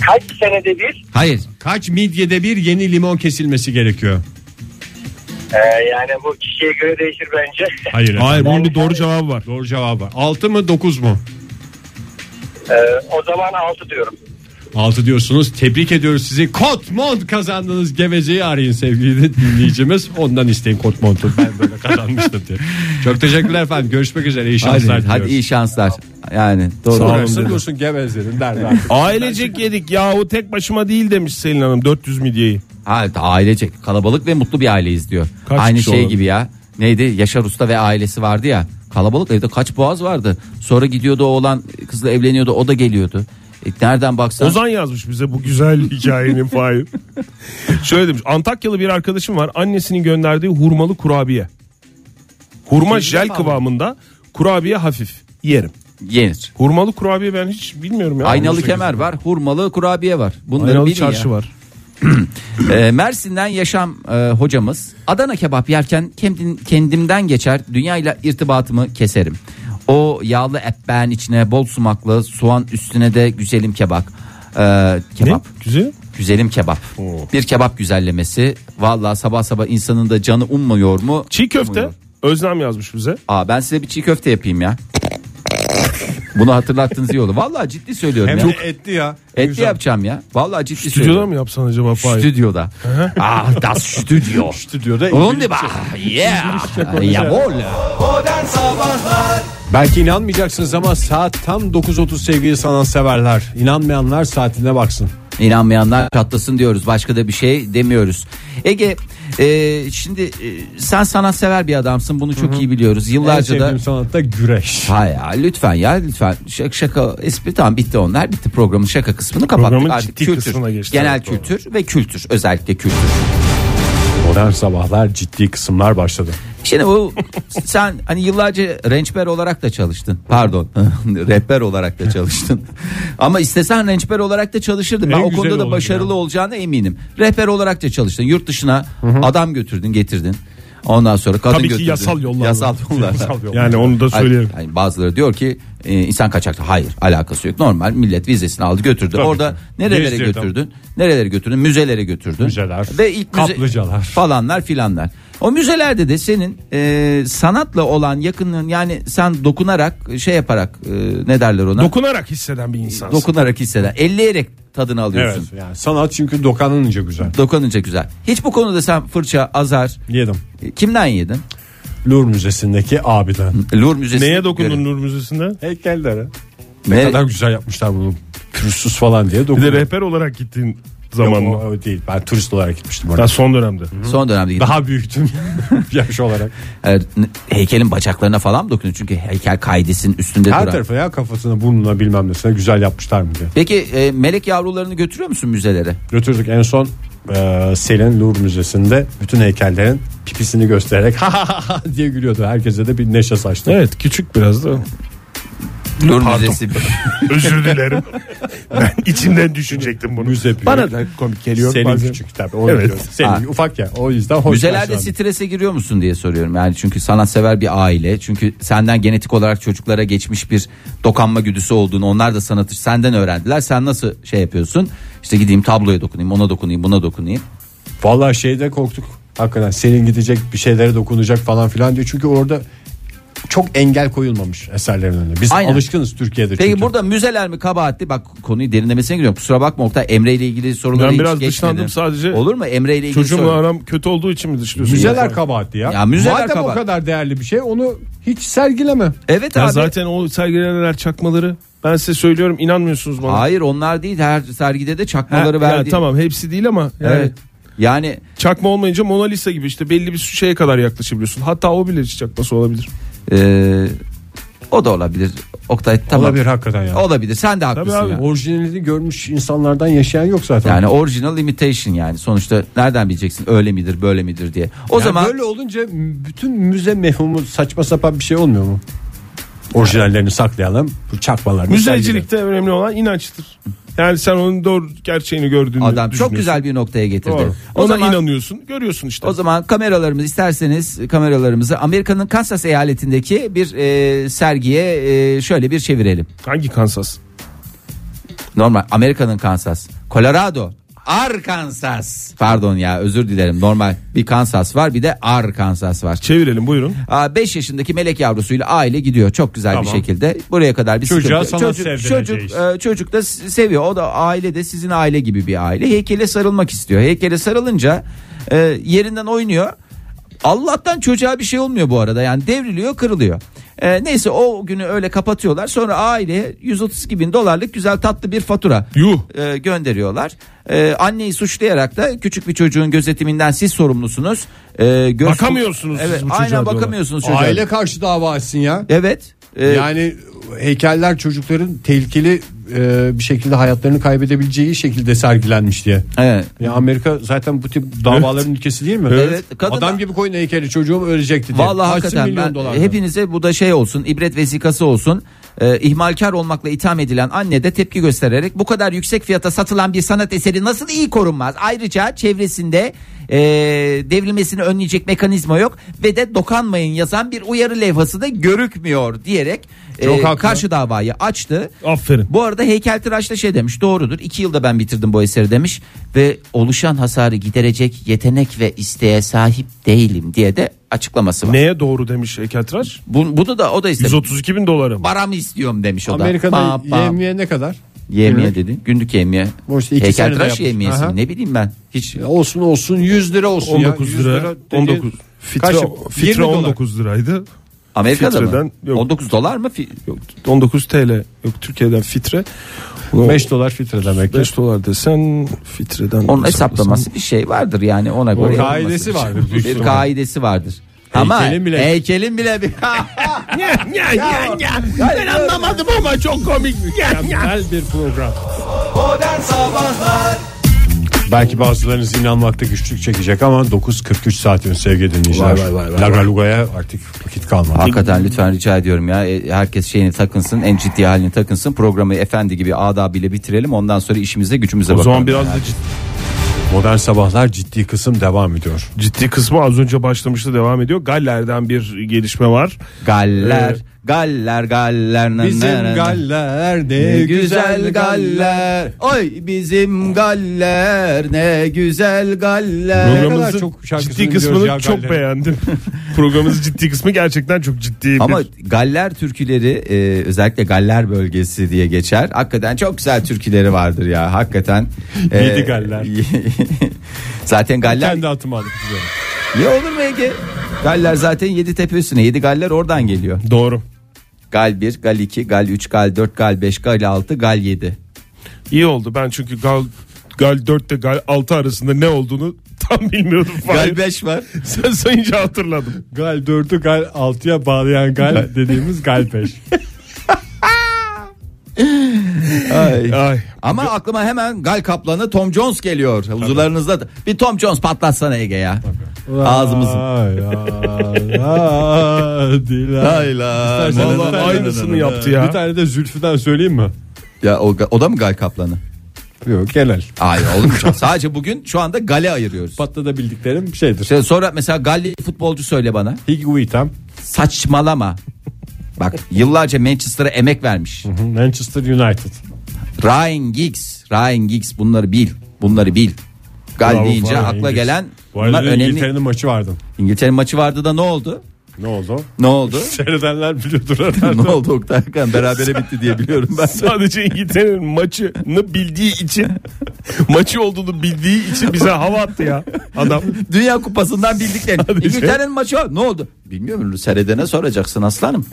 kaç senede bir?
Hayır.
Kaç midyede bir yeni limon kesilmesi gerekiyor?
Ee, yani bu kişiye göre değişir bence.
Hayır.
Hayır
efendim.
bunun bir doğru cevabı var.
Doğru cevabı. 6 mı 9 mu?
Ee, o zaman 6 diyorum.
6 diyorsunuz. Tebrik ediyoruz sizi. Kot mont kazandınız. Gevezeyi arayın sevgili dinleyicimiz. Ondan isteyin kot montu. Ben böyle kazanmıştım diye. Çok teşekkürler efendim. Görüşmek üzere.
Hadi,
İyi şanslar
hadi iyi şanslar. Yani doğru.
Sonrası diyorsun gevezlerin derdi artık.
Ailecek yedik yahu tek başıma değil demiş Selin Hanım 400 midyeyi.
Ha, ailecek kalabalık ve mutlu bir aileyiz diyor.
Kaç
Aynı
kişi
şey
olabilir?
gibi ya. Neydi? Yaşar Usta ve ailesi vardı ya. Kalabalık evde kaç boğaz vardı. Sonra gidiyordu oğlan kızla evleniyordu o da geliyordu. E, nereden baksan.
Ozan yazmış bize bu güzel hikayenin fail. Şöyle demiş Antakyalı bir arkadaşım var annesinin gönderdiği hurmalı kurabiye. Hurma jel kıvamında kurabiye hafif yerim.
yenir.
Hurmalı kurabiye ben hiç bilmiyorum ya.
Aynalı
Nasıl
kemer var, hurmalı kurabiye var.
güzel.
Bunların
Aynalı
biri ya.
çarşı var.
Ee, Mersin'den Yaşam e, hocamız Adana kebap yerken kendim, kendimden geçer dünyayla irtibatımı keserim. O yağlı etbeğin içine bol sumaklı soğan üstüne de güzelim kebap. Ee, kebap.
Ne? Güzel.
Güzelim kebap. Bir kebap güzellemesi. Vallahi sabah sabah insanın da canı ummuyor mu?
Çiğ köfte
Ummuyor.
Özlem yazmış bize.
Aa ben size bir çiğ köfte yapayım ya. Bunu hatırlattığınız iyi oldu. Vallahi ciddi söylüyorum
Hem
ya.
de etli ya.
Etli yapacağım ya. Vallahi ciddi
Stüdyoda
söylüyorum.
mı yapsan acaba Fahir?
Stüdyoda. ah das Stüdyo.
Stüdyoda
Runde bah. Yeah. Jawohl.
Belki inanmayacaksınız ama saat tam 9.30 sevgili sanatseverler. İnanmayanlar saatine baksın.
İnanmayanlar çatlasın diyoruz. Başka da bir şey demiyoruz. Ege e, şimdi e, sen sanatsever bir adamsın. Bunu çok iyi biliyoruz.
En
Yıllarca da
sevdiğim sanatta güreş.
Hayır ya, lütfen ya lütfen şaka, şaka espri tamam bitti onlar bitti programın şaka kısmını kapattık
Programın
artık
ciddi
kültür
kısmına geçtik.
genel
Evet, doğru.
kültür ve kültür özellikle kültür
Modern sabahlar ciddi kısımlar başladı.
şimdi bu sen hani yıllarca rençber olarak da çalıştın pardon rehber olarak da çalıştın ama istesen rençber olarak da çalışırdın ben
En
o
güzeli
konuda da
olur
başarılı olacağına eminim rehber olarak da çalıştın yurt dışına adam götürdün getirdin ondan sonra kadın
Tabii ki
götürdün.
yasal yollarla.
yasal yollarla.
Yani onu da
Hayır,
söyleyelim.
hayır, hani bazıları diyor ki e, insan kaçakçı. Hayır alakası yok. Normal millet vizesini aldı götürdü. Orada nerelere
Gezdirdim.
götürdün? Nerelere götürdün? Müzelere götürdün.
Müzeler,
Ve ilk müze-
kaplıcalar.
Falanlar filanlar. O müzelerde de senin e, sanatla olan yakınlığın yani sen dokunarak şey yaparak e, ne derler ona?
Dokunarak hisseden bir insansın.
dokunarak hisseden. Elleyerek tadını alıyorsun.
Evet yani sanat çünkü dokanınca güzel.
Dokununca güzel. Hiç bu konuda sen fırça, azar
Yedim.
e, kimden yedin?
Louvre Müzesi'ndeki abiden.
Louvre Müzesi'ne
Neye dokundun Nur Müzesi'nde?
Heykellere. Ne,
Ne,
kadar güzel yapmışlar bunu. Pürüzsüz falan diye
Bir
dokundum.
de rehber olarak gittiğin
Yok,
zaman
o-
mı?
o değil. Ben turist olarak gitmiştim orada.
Ha, son dönemde.
Son dönemde gittin.
Daha büyüktüm yaş olarak.
E, n- heykelin bacaklarına falan mı dokunuyor? Çünkü heykel kaydesin üstünde
Her
duran.
tarafı ya kafasına burnuna bilmem nesine güzel yapmışlar mı diye.
Peki e, melek yavrularını götürüyor musun müzelere?
Götürdük en son e, Selin Louvre Müzesi'nde bütün heykellerin pipisini göstererek ha ha ha diye gülüyordu. Herkese de bir neşe saçtı.
Evet küçük biraz da.
Louvre Müzesi.
Özür dilerim. ben içimden düşünecektim bunu.
Müze büyük.
Bana da komik geliyor.
Selin
bazen.
küçük tabii. Onu
Evet.
evet. Selin
Ha.
ufak ya. O yüzden hoş.
Müzelerde
karşılandı.
strese giriyor musun diye soruyorum. Yani çünkü sanatsever bir aile. Çünkü senden genetik olarak çocuklara geçmiş bir dokanma güdüsü olduğunu onlar da sanatı senden öğrendiler. Sen nasıl şey yapıyorsun? İşte gideyim tabloya dokunayım, ona dokunayım, buna dokunayım.
Vallahi şeyde korktuk. Hakikaten Selin gidecek bir şeylere dokunacak falan filan diyor. Çünkü orada çok engel koyulmamış eserlerin önüne. Biz
Aynen.
alışkınız
E,
Türkiye'de
Peki
çünkü.
burada müzeler mi kabahatli? Bak konuyu derinlemesine giriyorum. Kusura bakma Oktay Emre ile ilgili soruları
Ben
hiç
biraz
geçmedim.
dışlandım sadece.
Olur mu Emre ile ilgili
Çocuğumla
soru?
aram kötü olduğu için mi dışlıyorsun?
Müzeler kabahatli ya.
Ya müzeler
Madem
kabahat.
o kadar değerli bir şey onu hiç sergileme.
Evet
Ya
abi.
zaten o sergilenenler çakmaları. Ben size söylüyorum inanmıyorsunuz bana.
Hayır onlar değil her sergide de çakmaları
Ha, ya
verdi.
tamam hepsi değil ama yani
Evet. Yani
çakma olmayınca Mona Lisa gibi işte belli bir şeye kadar yaklaşabiliyorsun. Hatta o bile hiç çakması olabilir.
e, o da olabilir. Oktay tamam.
Olabilir hakikaten ya.
Olabilir. Sen de haklısın.
abi,
ya.
Orijinalini görmüş insanlardan yaşayan yok zaten.
Yani original imitation yani. Sonuçta nereden bileceksin öyle midir böyle midir diye. O
Yani
zaman
böyle olunca bütün müze mefhumu saçma sapan bir şey olmuyor mu? Orijinallerini saklayalım. Bu çakmalarını sergileyelim.
Müzecilikte önemli olan inançtır. Yani sen onun doğru gerçeğini gördüğünü
Adam çok
düşünüyorsun.
güzel bir noktaya getirdi.
Doğru.
O
Ona
zaman
inanıyorsun, görüyorsun işte.
O zaman kameralarımız isterseniz kameralarımızı Amerika'nın Kansas eyaletindeki bir e, sergiye e, şöyle bir çevirelim.
Hangi Kansas?
Normal Amerika'nın Kansas. Colorado. Arkansas. Pardon ya özür dilerim. Normal bir Kansas var bir de Arkansas var.
Çevirelim buyurun.
5 yaşındaki melek yavrusuyla aile gidiyor çok güzel bir
Tamam.
şekilde. Buraya kadar bir
Çocuğa
sıkıntı.
sanat
çocuk,
sevdireceğiz.
çocuk, e, çocuk da s- seviyor. O da aile de sizin aile gibi bir aile. Heykele sarılmak istiyor. Heykele sarılınca e, yerinden oynuyor. Allah'tan çocuğa bir şey olmuyor bu arada. Yani devriliyor, kırılıyor. E, neyse o günü öyle kapatıyorlar. Sonra aileye 132 bin dolarlık güzel tatlı bir fatura
Yuh.
e, gönderiyorlar. E, anneyi suçlayarak da küçük bir çocuğun gözetiminden siz sorumlusunuz. E, göz-
Bakamıyorsunuz siz
Evet,
bu çocuğa
aynen
diyorlar.
bakamıyorsunuz çocuğa.
Aile karşı dava açsın ya.
Evet. E,
Yani heykeller çocukların tehlikeli e, bir şekilde hayatlarını kaybedebileceği şekilde sergilenmiş diye.
evet.
Ya Amerika zaten bu tip davaların ülkesi değil mi?
Evet. Kadın-
Adam gibi koyun heykeli çocuğum ölecekti diye.
Vallahi
Açsın
hakikaten
milyon
ben
dolarla.
hepinize bu da şey olsun ibret vesikası olsun. Ee, ihmalkar olmakla itham edilen anne de tepki göstererek bu kadar yüksek fiyata satılan bir sanat eseri nasıl iyi korunmaz? Ayrıca çevresinde e, devrilmesini önleyecek mekanizma yok ve de dokanmayın yazan bir uyarı levhası da görükmüyor diyerek e,
Çok haklı.
karşı davayı açtı.
Aferin.
Bu arada heykeltıraş da şey demiş doğrudur. iki yılda ben bitirdim bu eseri demiş. Ve oluşan hasarı giderecek yetenek ve isteğe sahip değilim diye de açıklaması var.
Neye doğru demiş heykeltıraş?
Bu, bunu da o da istemiş.
132 bin dolara mı?
Paramı istiyorum demiş o da.
Amerika'da
Pa, pa.
yevmiye ne kadar?
Yevmiye dedi. Günlük yevmiye.
Bu işte iki senede
Heykeltıraş
yapmış.
yevmiyesi.
Aha.
mi? Ne bileyim ben. Hiç
Ya E, Olsun olsun 100 lira olsun
19
ya. 100
lira,
dediğin
19. Fitre,
Kaç?
fitre
20 dolar.
19 liraydı.
Amerika'da mı?
Fitreden yok.
19 dolar mı? Fi-
Yok, 19 TL. Yok Türkiye'den fitre.
5 dolar fitre demek.
5 dolar desen fitreden.
Onun hesaplaması bir şey vardır yani ona göre. yapılması.
kaidesi vardır büyük
Bir şey.
ihtimalle.
kaidesi vardır. Ama
Heykelin bile-
heykelin bile bir
Ben anlamadım ama çok komik.
Mükemmel bir program. Belki bazılarınız inanmakta güçlük çekecek ama 9.43 saatimiz sevgili dinleyiciler.
Vay, vay, vay, vay.
Laga Luga'ya artık vakit kalmadı.
Hakikaten lütfen rica ediyorum ya. E, Herkes şeyini takınsın, en ciddi halini takınsın. Programı efendi gibi adabıyla bitirelim. Ondan sonra işimize, gücümüze
O
bakalım.
zaman biraz da cid-
Modern Sabahlar ciddi kısım devam ediyor.
ciddi kısmı az önce başlamıştı devam ediyor. Galler'den bir gelişme var.
Galler,
Ee,
galler, galler. na- na- na-
e, Bizim galler ne
Ne güzel galler. Oy bizim galler ne güzel galler.
Programı- kadar
Programımızın
çok şarkısını
ciddi
biliyoruz ya
kısmını çok
Galler'in.
beğendim. Programımızın ciddi kısmı gerçekten çok ciddi.
Ama
bir...
galler türküleri e, özellikle galler bölgesi diye geçer. Hakikaten çok güzel türküleri vardır ya. Hakikaten. e,
Yedi galler.
Zaten galler
Kendi atımı alıp gidiyorum.
Ya olur mu Ege? Galler zaten 7 tepe üstüne. 7 galler oradan geliyor.
Doğru.
Gal 1, Gal 2, Gal 3, Gal 4, Gal 5, Gal 6, Gal 7.
İyi oldu. Ben çünkü Gal Gal 4 ile Gal 6 arasında ne olduğunu tam bilmiyordum. Gal
5 var.
Sen sayınca hatırladım.
Gal 4'ü gal 6'ya bağlayan gal dediğimiz gal 5.
Ay.
Ama aklıma hemen Gal Kaplan'ı Tom Jones geliyor. Huzurlarınızda da. Bir Tom Jones patlatsana Ege ya. Ağzımızın. Lay lay.
Vallahi aynısını yaptı ya.
Bir tane de Zülfü'den söyleyeyim mi?
Ya o, o da mı Gal Kaplan'ı?
Yok genel.
Hayır oğlum. Sadece bugün şu anda Gal'e ayırıyoruz.
Patlatabildiklerim şeydir.
Şey, Sonra mesela Galli futbolcu söyle bana.
Higuitam.
Saçmalama. Bak yıllarca Manchester'a emek vermiş.
Manchester United.
Ryan Giggs, Ryan Giggs bunları bil. Bunları bil. Gal
Bravo,
deyince
Ryan
akla
Giggs.
gelen
Bu
bunlar
arada
önemli. İngiltere'nin
İngiltere'nin maçı vardı.
maçı vardı da ne oldu?
Ne oldu?
Ne oldu?
Şey
Seyredenler biliyordur herhalde.
ne oldu Oktay Hakan? Berabere bitti diye biliyorum ben.
Sadece İngiltere'nin maçını bildiği için maçı olduğunu bildiği için bize hava attı ya adam.
Dünya kupasından
şey.
bildiklerini. İngiltere'nin maçı var. ne oldu? Bilmiyorum. Seyredene soracaksın aslanım.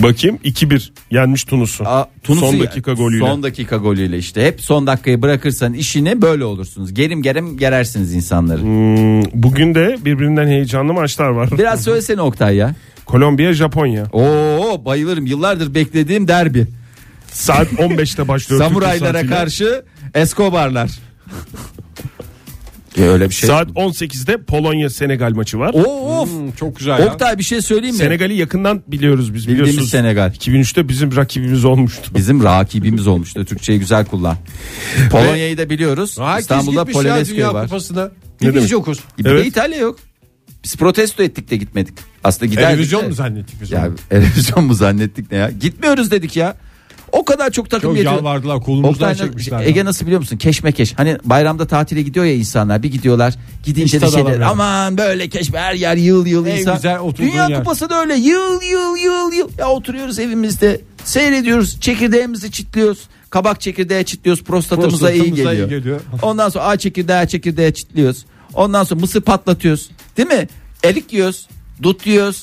Bakayım 2-1 yenmiş Tunus'u.
Aa, Tunus'u
son
ya-
dakika golüyle.
Son dakika golüyle işte. Hep son dakikayı bırakırsan işini böyle olursunuz. Gerim gerim gerersiniz insanları.
Hmm, bugün de birbirinden heyecanlı maçlar var.
Biraz söylesene Oktay ya.
Kolombiya Japonya.
Oo bayılırım. Yıllardır beklediğim derbi.
Saat 15'te başlıyor. Türkiye
Samuraylara
saatiyle.
karşı Escobar'lar. E, öyle bir şey.
Saat 18'de Polonya Senegal maçı var.
Oo, of.
Hmm, çok güzel ya.
Oktay bir şey söyleyeyim mi?
Senegal'i yakından biliyoruz biz
Bildiğimiz
biliyorsunuz.
Senegal.
2003'te bizim rakibimiz olmuştu.
Bizim rakibimiz olmuştu. Türkçeyi güzel kullan. Polonya'yı da biliyoruz.
Herkes
İstanbul'da
gitmiş ya
Polonezköy
Dünya
var.
Kupası'na.
Ne
Ne
demek?
biz yokuz.
Bir de
Evet.
İtalya yok. Biz protesto ettik de gitmedik. Aslında giderdik.
Televizyon
de.
mu zannettik biz?
Ya
onu?
televizyon mu zannettik ne ya? Gitmiyoruz dedik ya. O kadar çok takım
Çok
geliyor.
yalvardılar kolumuzdan
Oktay,
çekmişler.
Ege nasıl biliyor musun? Keşmekeş. Hani bayramda tatile gidiyor ya insanlar. Bir gidiyorlar. Gidince
Hiç
de
tadı
şey der,
alamıyorum.
Aman böyle keşme her yer yığıl yığıl
En
insan.
güzel oturduğun
Dünya
yer.
kupası da öyle yığıl yığıl yığıl yığıl. Ya oturuyoruz evimizde. Seyrediyoruz. Çekirdeğimizi çitliyoruz. Kabak çekirdeği çitliyoruz. Prostatımıza, iyi,
Prostatımıza iyi
geliyor.
geliyor.
Ondan sonra ağ çekirdeği çekirdeği çitliyoruz. Ondan sonra mısır patlatıyoruz. Değil mi? Erik yiyoruz. Dut yiyoruz.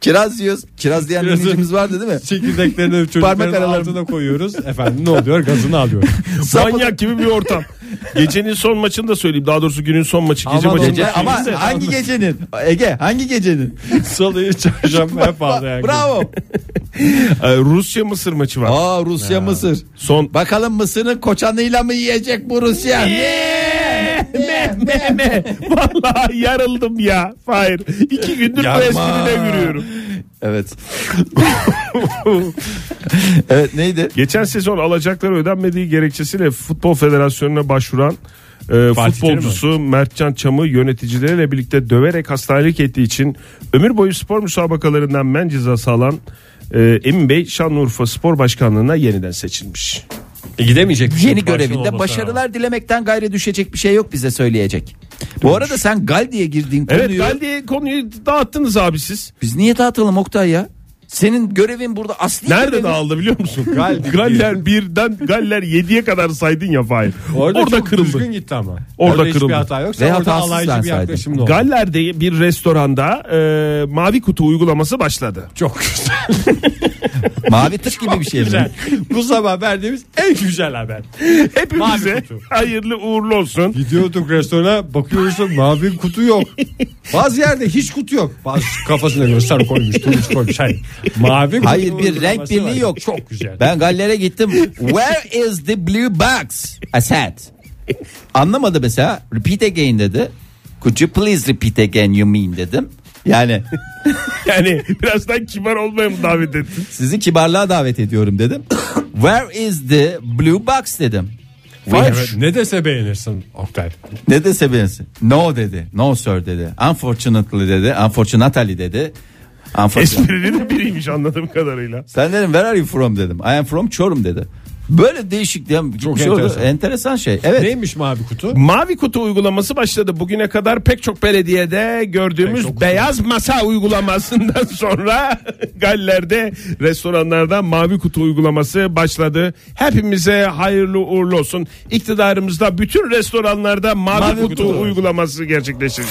Kiraz yiyoruz. Kiraz diyen
Kirazı-
dinleyicimiz vardı değil mi?
Çekirdeklerini
Parmak
çocukların
aralarına-
altına koyuyoruz. Efendim ne oluyor? Gazını alıyor.
Manyak gibi bir ortam. Gecenin son maçını da söyleyeyim. Daha doğrusu günün son maçı. Gece
Aman
maçını
Gece
da
ama
söyleyeyim de.
hangi gecenin? Ege hangi gecenin?
Salıyı çarşamba hep ağlayan.
Bravo.
Ee, Rusya Mısır maçı var.
Aa Rusya Mısır.
Son
Bakalım Mısır'ın koçanıyla mı yiyecek bu Rusya? Me, me, me.
Vallahi yarıldım ya. Hayır. İki gündür bu esprine gülüyorum.
Evet. evet neydi?
Geçen sezon alacakları ödenmediği gerekçesiyle Futbol Federasyonu'na başvuran e, futbolcusu Mertcan Çam'ı yöneticileriyle birlikte döverek hastanelik ettiği için ömür boyu spor müsabakalarından men cezası alan e, Emin Bey Şanlıurfa Spor Başkanlığı'na yeniden seçilmiş.
gidemeyecek.
E, Yeni görevinde başarılar dilemekten gayri düşecek bir şey yok bize söyleyecek. Bu arada sen Gal diye girdiğin konuyu
Evet Galdi konuyu dağıttınız abi siz.
biz niye dağıtalım Oktay ya? Senin görevin burada asli
Nerede
görevin-
dağıldı biliyor musun? Galler birden Galler 7'ye kadar saydın ya Fahir. Orada,
Orada, çok
kırıldı.
düzgün gitti ama.
Orada
hiçbir
kırıldı.
hata yok. Sen
Ve
orada
hatasızlar
alaycı bir
saydım.
yaklaşımla oldu.
Galler'de bir restoranda e, mavi kutu uygulaması başladı.
Çok güzel.
Mavi tık gibi bir şey mi?
güzel. Bu sabah verdiğimiz en güzel haber. Mavi
Hepimize
kutu.
hayırlı uğurlu olsun.
Gidiyorduk restorana bakıyoruz da mavi kutu yok. Bazı yerde hiç kutu yok. Bazı kafasına göre sarı koymuş, turuncu koymuş. Hayır. Mavi kutu
Hayır, bir renk
uygulaması
birliği
var.
yok.
Çok güzel.
Ben Galler'e gittim. Where is the blue box? I said. Anlamadı mesela. Repeat again dedi. Could you please repeat again you mean dedim. Yani
Yani birazdan kibar olmaya mı davet ettin?
sizi kibarlığa davet ediyorum dedim. Where is the blue box dedim.
Vay be, ne dese beğenirsin Oktay.
Ne de sebebiz. No dedi. No sir dedi. Unfortunately dedi. Unfortunately dedi. Unfortunately.
Esprinin biriymiş anladığım kadarıyla.
Sen dedim where are you from dedim. I am from Çorum dedi. Böyle değişik diye gitmiş orada.
enteresan.
enteresan şey. Evet.
Neymiş mavi kutu?
Mavi kutu uygulaması başladı. Bugüne kadar pek çok belediyede gördüğümüz beyaz masa uygulamasından sonra Galler'de restoranlarda mavi kutu uygulaması başladı. Hepimize hayırlı uğurlu olsun. İktidarımızda bütün restoranlarda mavi, kutu, uygulaması gerçekleşir.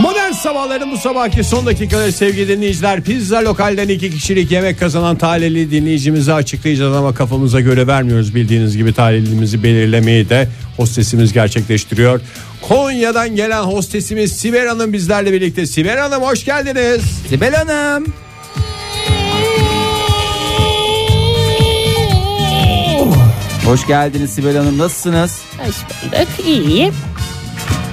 Modern sabahların bu sabahki son dakikaları sevgili dinleyiciler. Pizza lokalden iki kişilik yemek kazanan talihli dinleyicimizi açıklayacağız ama kafamıza göre vermiyoruz. Bildiğiniz gibi talihlimizi belirlemeyi de hostesimiz gerçekleştiriyor. Konya'dan gelen hostesimiz Sibel Hanım bizlerle birlikte. Sibel Hanım hoş geldiniz.
Sibel Hanım. Hoş geldiniz Sibel Hanım. Nasılsınız?
Hoş bulduk. İyiyim.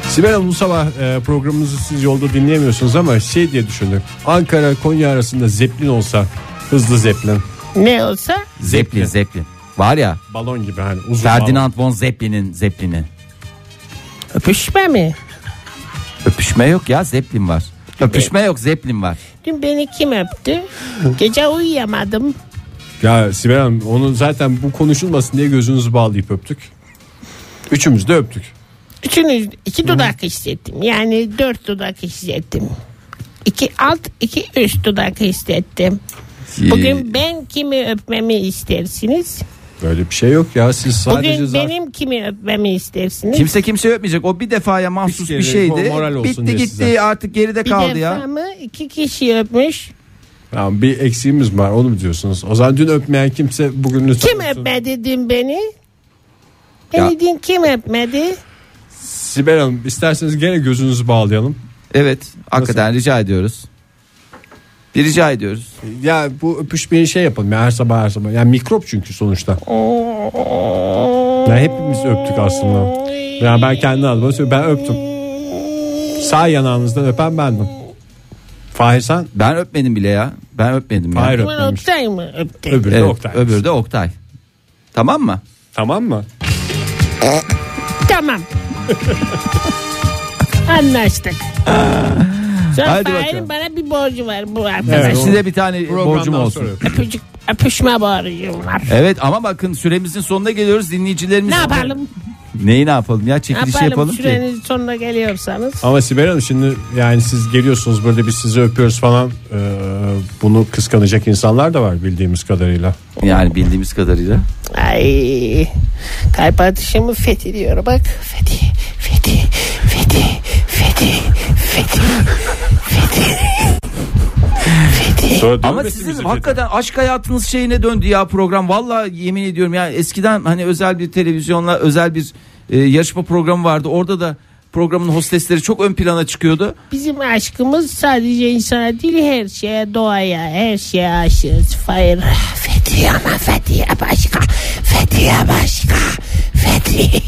Sibel Hanım bu sabah e, programımızı siz yolda dinleyemiyorsunuz ama şey diye düşündük. Ankara Konya arasında zeplin olsa hızlı zeplin.
Ne olsa?
Zeppelin, Zeppelin. Var ya
Balon gibi hani uzun
Ferdinand von Zeppelin'in Zeppelin'i.
Öpüşme mi?
Öpüşme yok ya Zeppelin var. Öpüşme yok Zeppelin var.
Dün beni kim öptü? Gece uyuyamadım.
Ya Sibel Hanım onun zaten bu konuşulmasın diye gözünüzü bağlayıp öptük. Üçümüz de öptük.
Üçünüz, iki dudak hissettim. Yani dört dudak hissettim. İki alt, iki üst dudak hissettim. Bugün ben kimi öpmemi istersiniz?
Böyle bir şey yok ya siz sadece
Bugün
zaten-
benim kimi öpmemi istersiniz?
Ee, Kimse kimse öpmeyecek. O bir defaya mahsus
kere
bir şeydi.
moral olsun
Bitti
diye
gitti
size.
artık geride
bir
kaldı
defa
ya.
mı iki kişi öpmüş?
Tamam, bir eksiğimiz var onu mu diyorsunuz? O zaman dün öpmeyen kimse bugün lütfen
Kim
öpsün.
öpmedi dün beni?
Ya-
Beni dün kim öpmedi?
Sibel Hanım isterseniz gene gözünüzü bağlayalım.
Evet hakikaten rica ediyoruz. Bir rica ediyoruz.
Ya bu öpüşmeyi şey yapalım ya her sabah her sabah. Yani mikrop çünkü sonuçta. Yani hepimiz öptük aslında. Yani ben kendi adıma söylüyorum. Ben öptüm. Sağ yanağınızdan öpen bendim. Fahir sen?
Ben öpmedim bile ya. Ben öpmedim ya.
Fahir
Bunu
öpmemiş.
Oktay mı öptü?
Öbürü de
Evet,
Oktay.
öbürü de Oktay. Tamam mı?
Tamam mı?
Tamam. Anlaştık. Sonra
Hadi bakalım.
Fahir'in bana bir borcu var bu
Ben
arkadaş.
size bir tane borcum
Programdan
olsun.
sonra.
Öpücük, öpüşme borcu var.
şey
Evet ama bakın süremizin sonuna geliyoruz dinleyicilerimiz.
Ne yapalım?
Neyi ne yapalım ya
Ne
çekiliş
şey
yapalım?
yapalım, ki.
Sürenin sonuna geliyorsanız.
Ama Sibel Hanım şimdi yani siz geliyorsunuz böyle biz sizi öpüyoruz falan. Ee, bunu kıskanacak insanlar da var bildiğimiz kadarıyla.
Yani bildiğimiz kadarıyla.
Ay. Kalp atışımı fethediyor bak. Fethi, fethi, fethi, fethi, fethi, fethi.
Sonra
Ama
dönmesin
sizin
bizi
hakikaten aşk hayatınız şeyine döndü ya program. Valla yemin ediyorum ya eskiden hani özel bir televizyonla özel bir e, yarışma programı vardı. Orada da programın hostesleri çok ön plana çıkıyordu.
Bizim aşkımız sadece insana değil her şeye doğaya her şeye aşığız. Hayır. Fethi ama Fethi başka. Fethi başka. Fethi.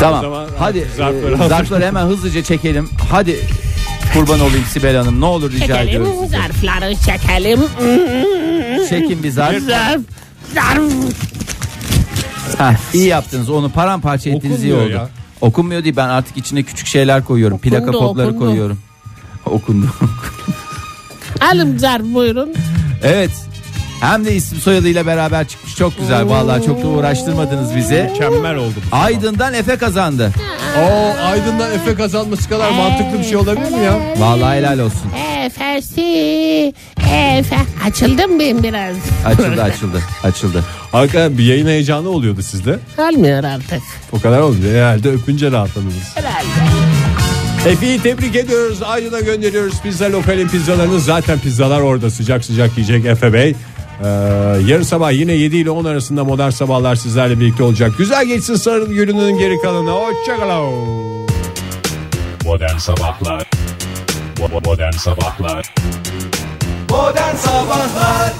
Tamam.
zaman
Hadi e,
zarfları
zarfları,
hazır.
hemen hızlıca çekelim. Hadi kurban olayım Sibel Hanım. Ne olur rica
Çekelim
ediyorum. size.
zarfları çekelim.
Çekin bir zarf.
Zarf. Zarf.
Heh, iyi yaptınız onu paramparça ettiniz iyi
Okunmuyor
oldu.
ya.
Okunmuyor değil ben artık içine küçük şeyler koyuyorum. plaka
Okundu,
kodları
okundu.
koyuyorum. Okundu.
Alın zarf buyurun.
evet. Hem de isim soyadıyla beraber çıkmış. Çok güzel. Vallahi çok da uğraştırmadınız bizi.
Mükemmel oldu bu.
Aydın'dan Efe kazandı.
Oo, Aydın'dan Efe kazanması kadar mantıklı bir şey olabilir mi ya?
Vallahi helal olsun.
Efesi. Efe. Açıldım ben biraz.
Açıldı açıldı açıldı.
Hakikaten bir yayın heyecanı oluyordu sizde.
Almıyor artık.
O kadar oldu. Herhalde öpünce rahatladınız.
Herhalde.
Efe'yi tebrik ediyoruz. Aydın'a gönderiyoruz pizza lokalin pizzalarını. Zaten pizzalar orada sıcak sıcak yiyecek Efe Bey. Ee, yarın sabah yine 7 ile 10 arasında modern sabahlar sizlerle birlikte olacak. Güzel geçsin sarın gününün geri kalanı. Hoşçakalın.
Modern Sabahlar Bo- bo- Modern Sabahlar
Modern Sabahlar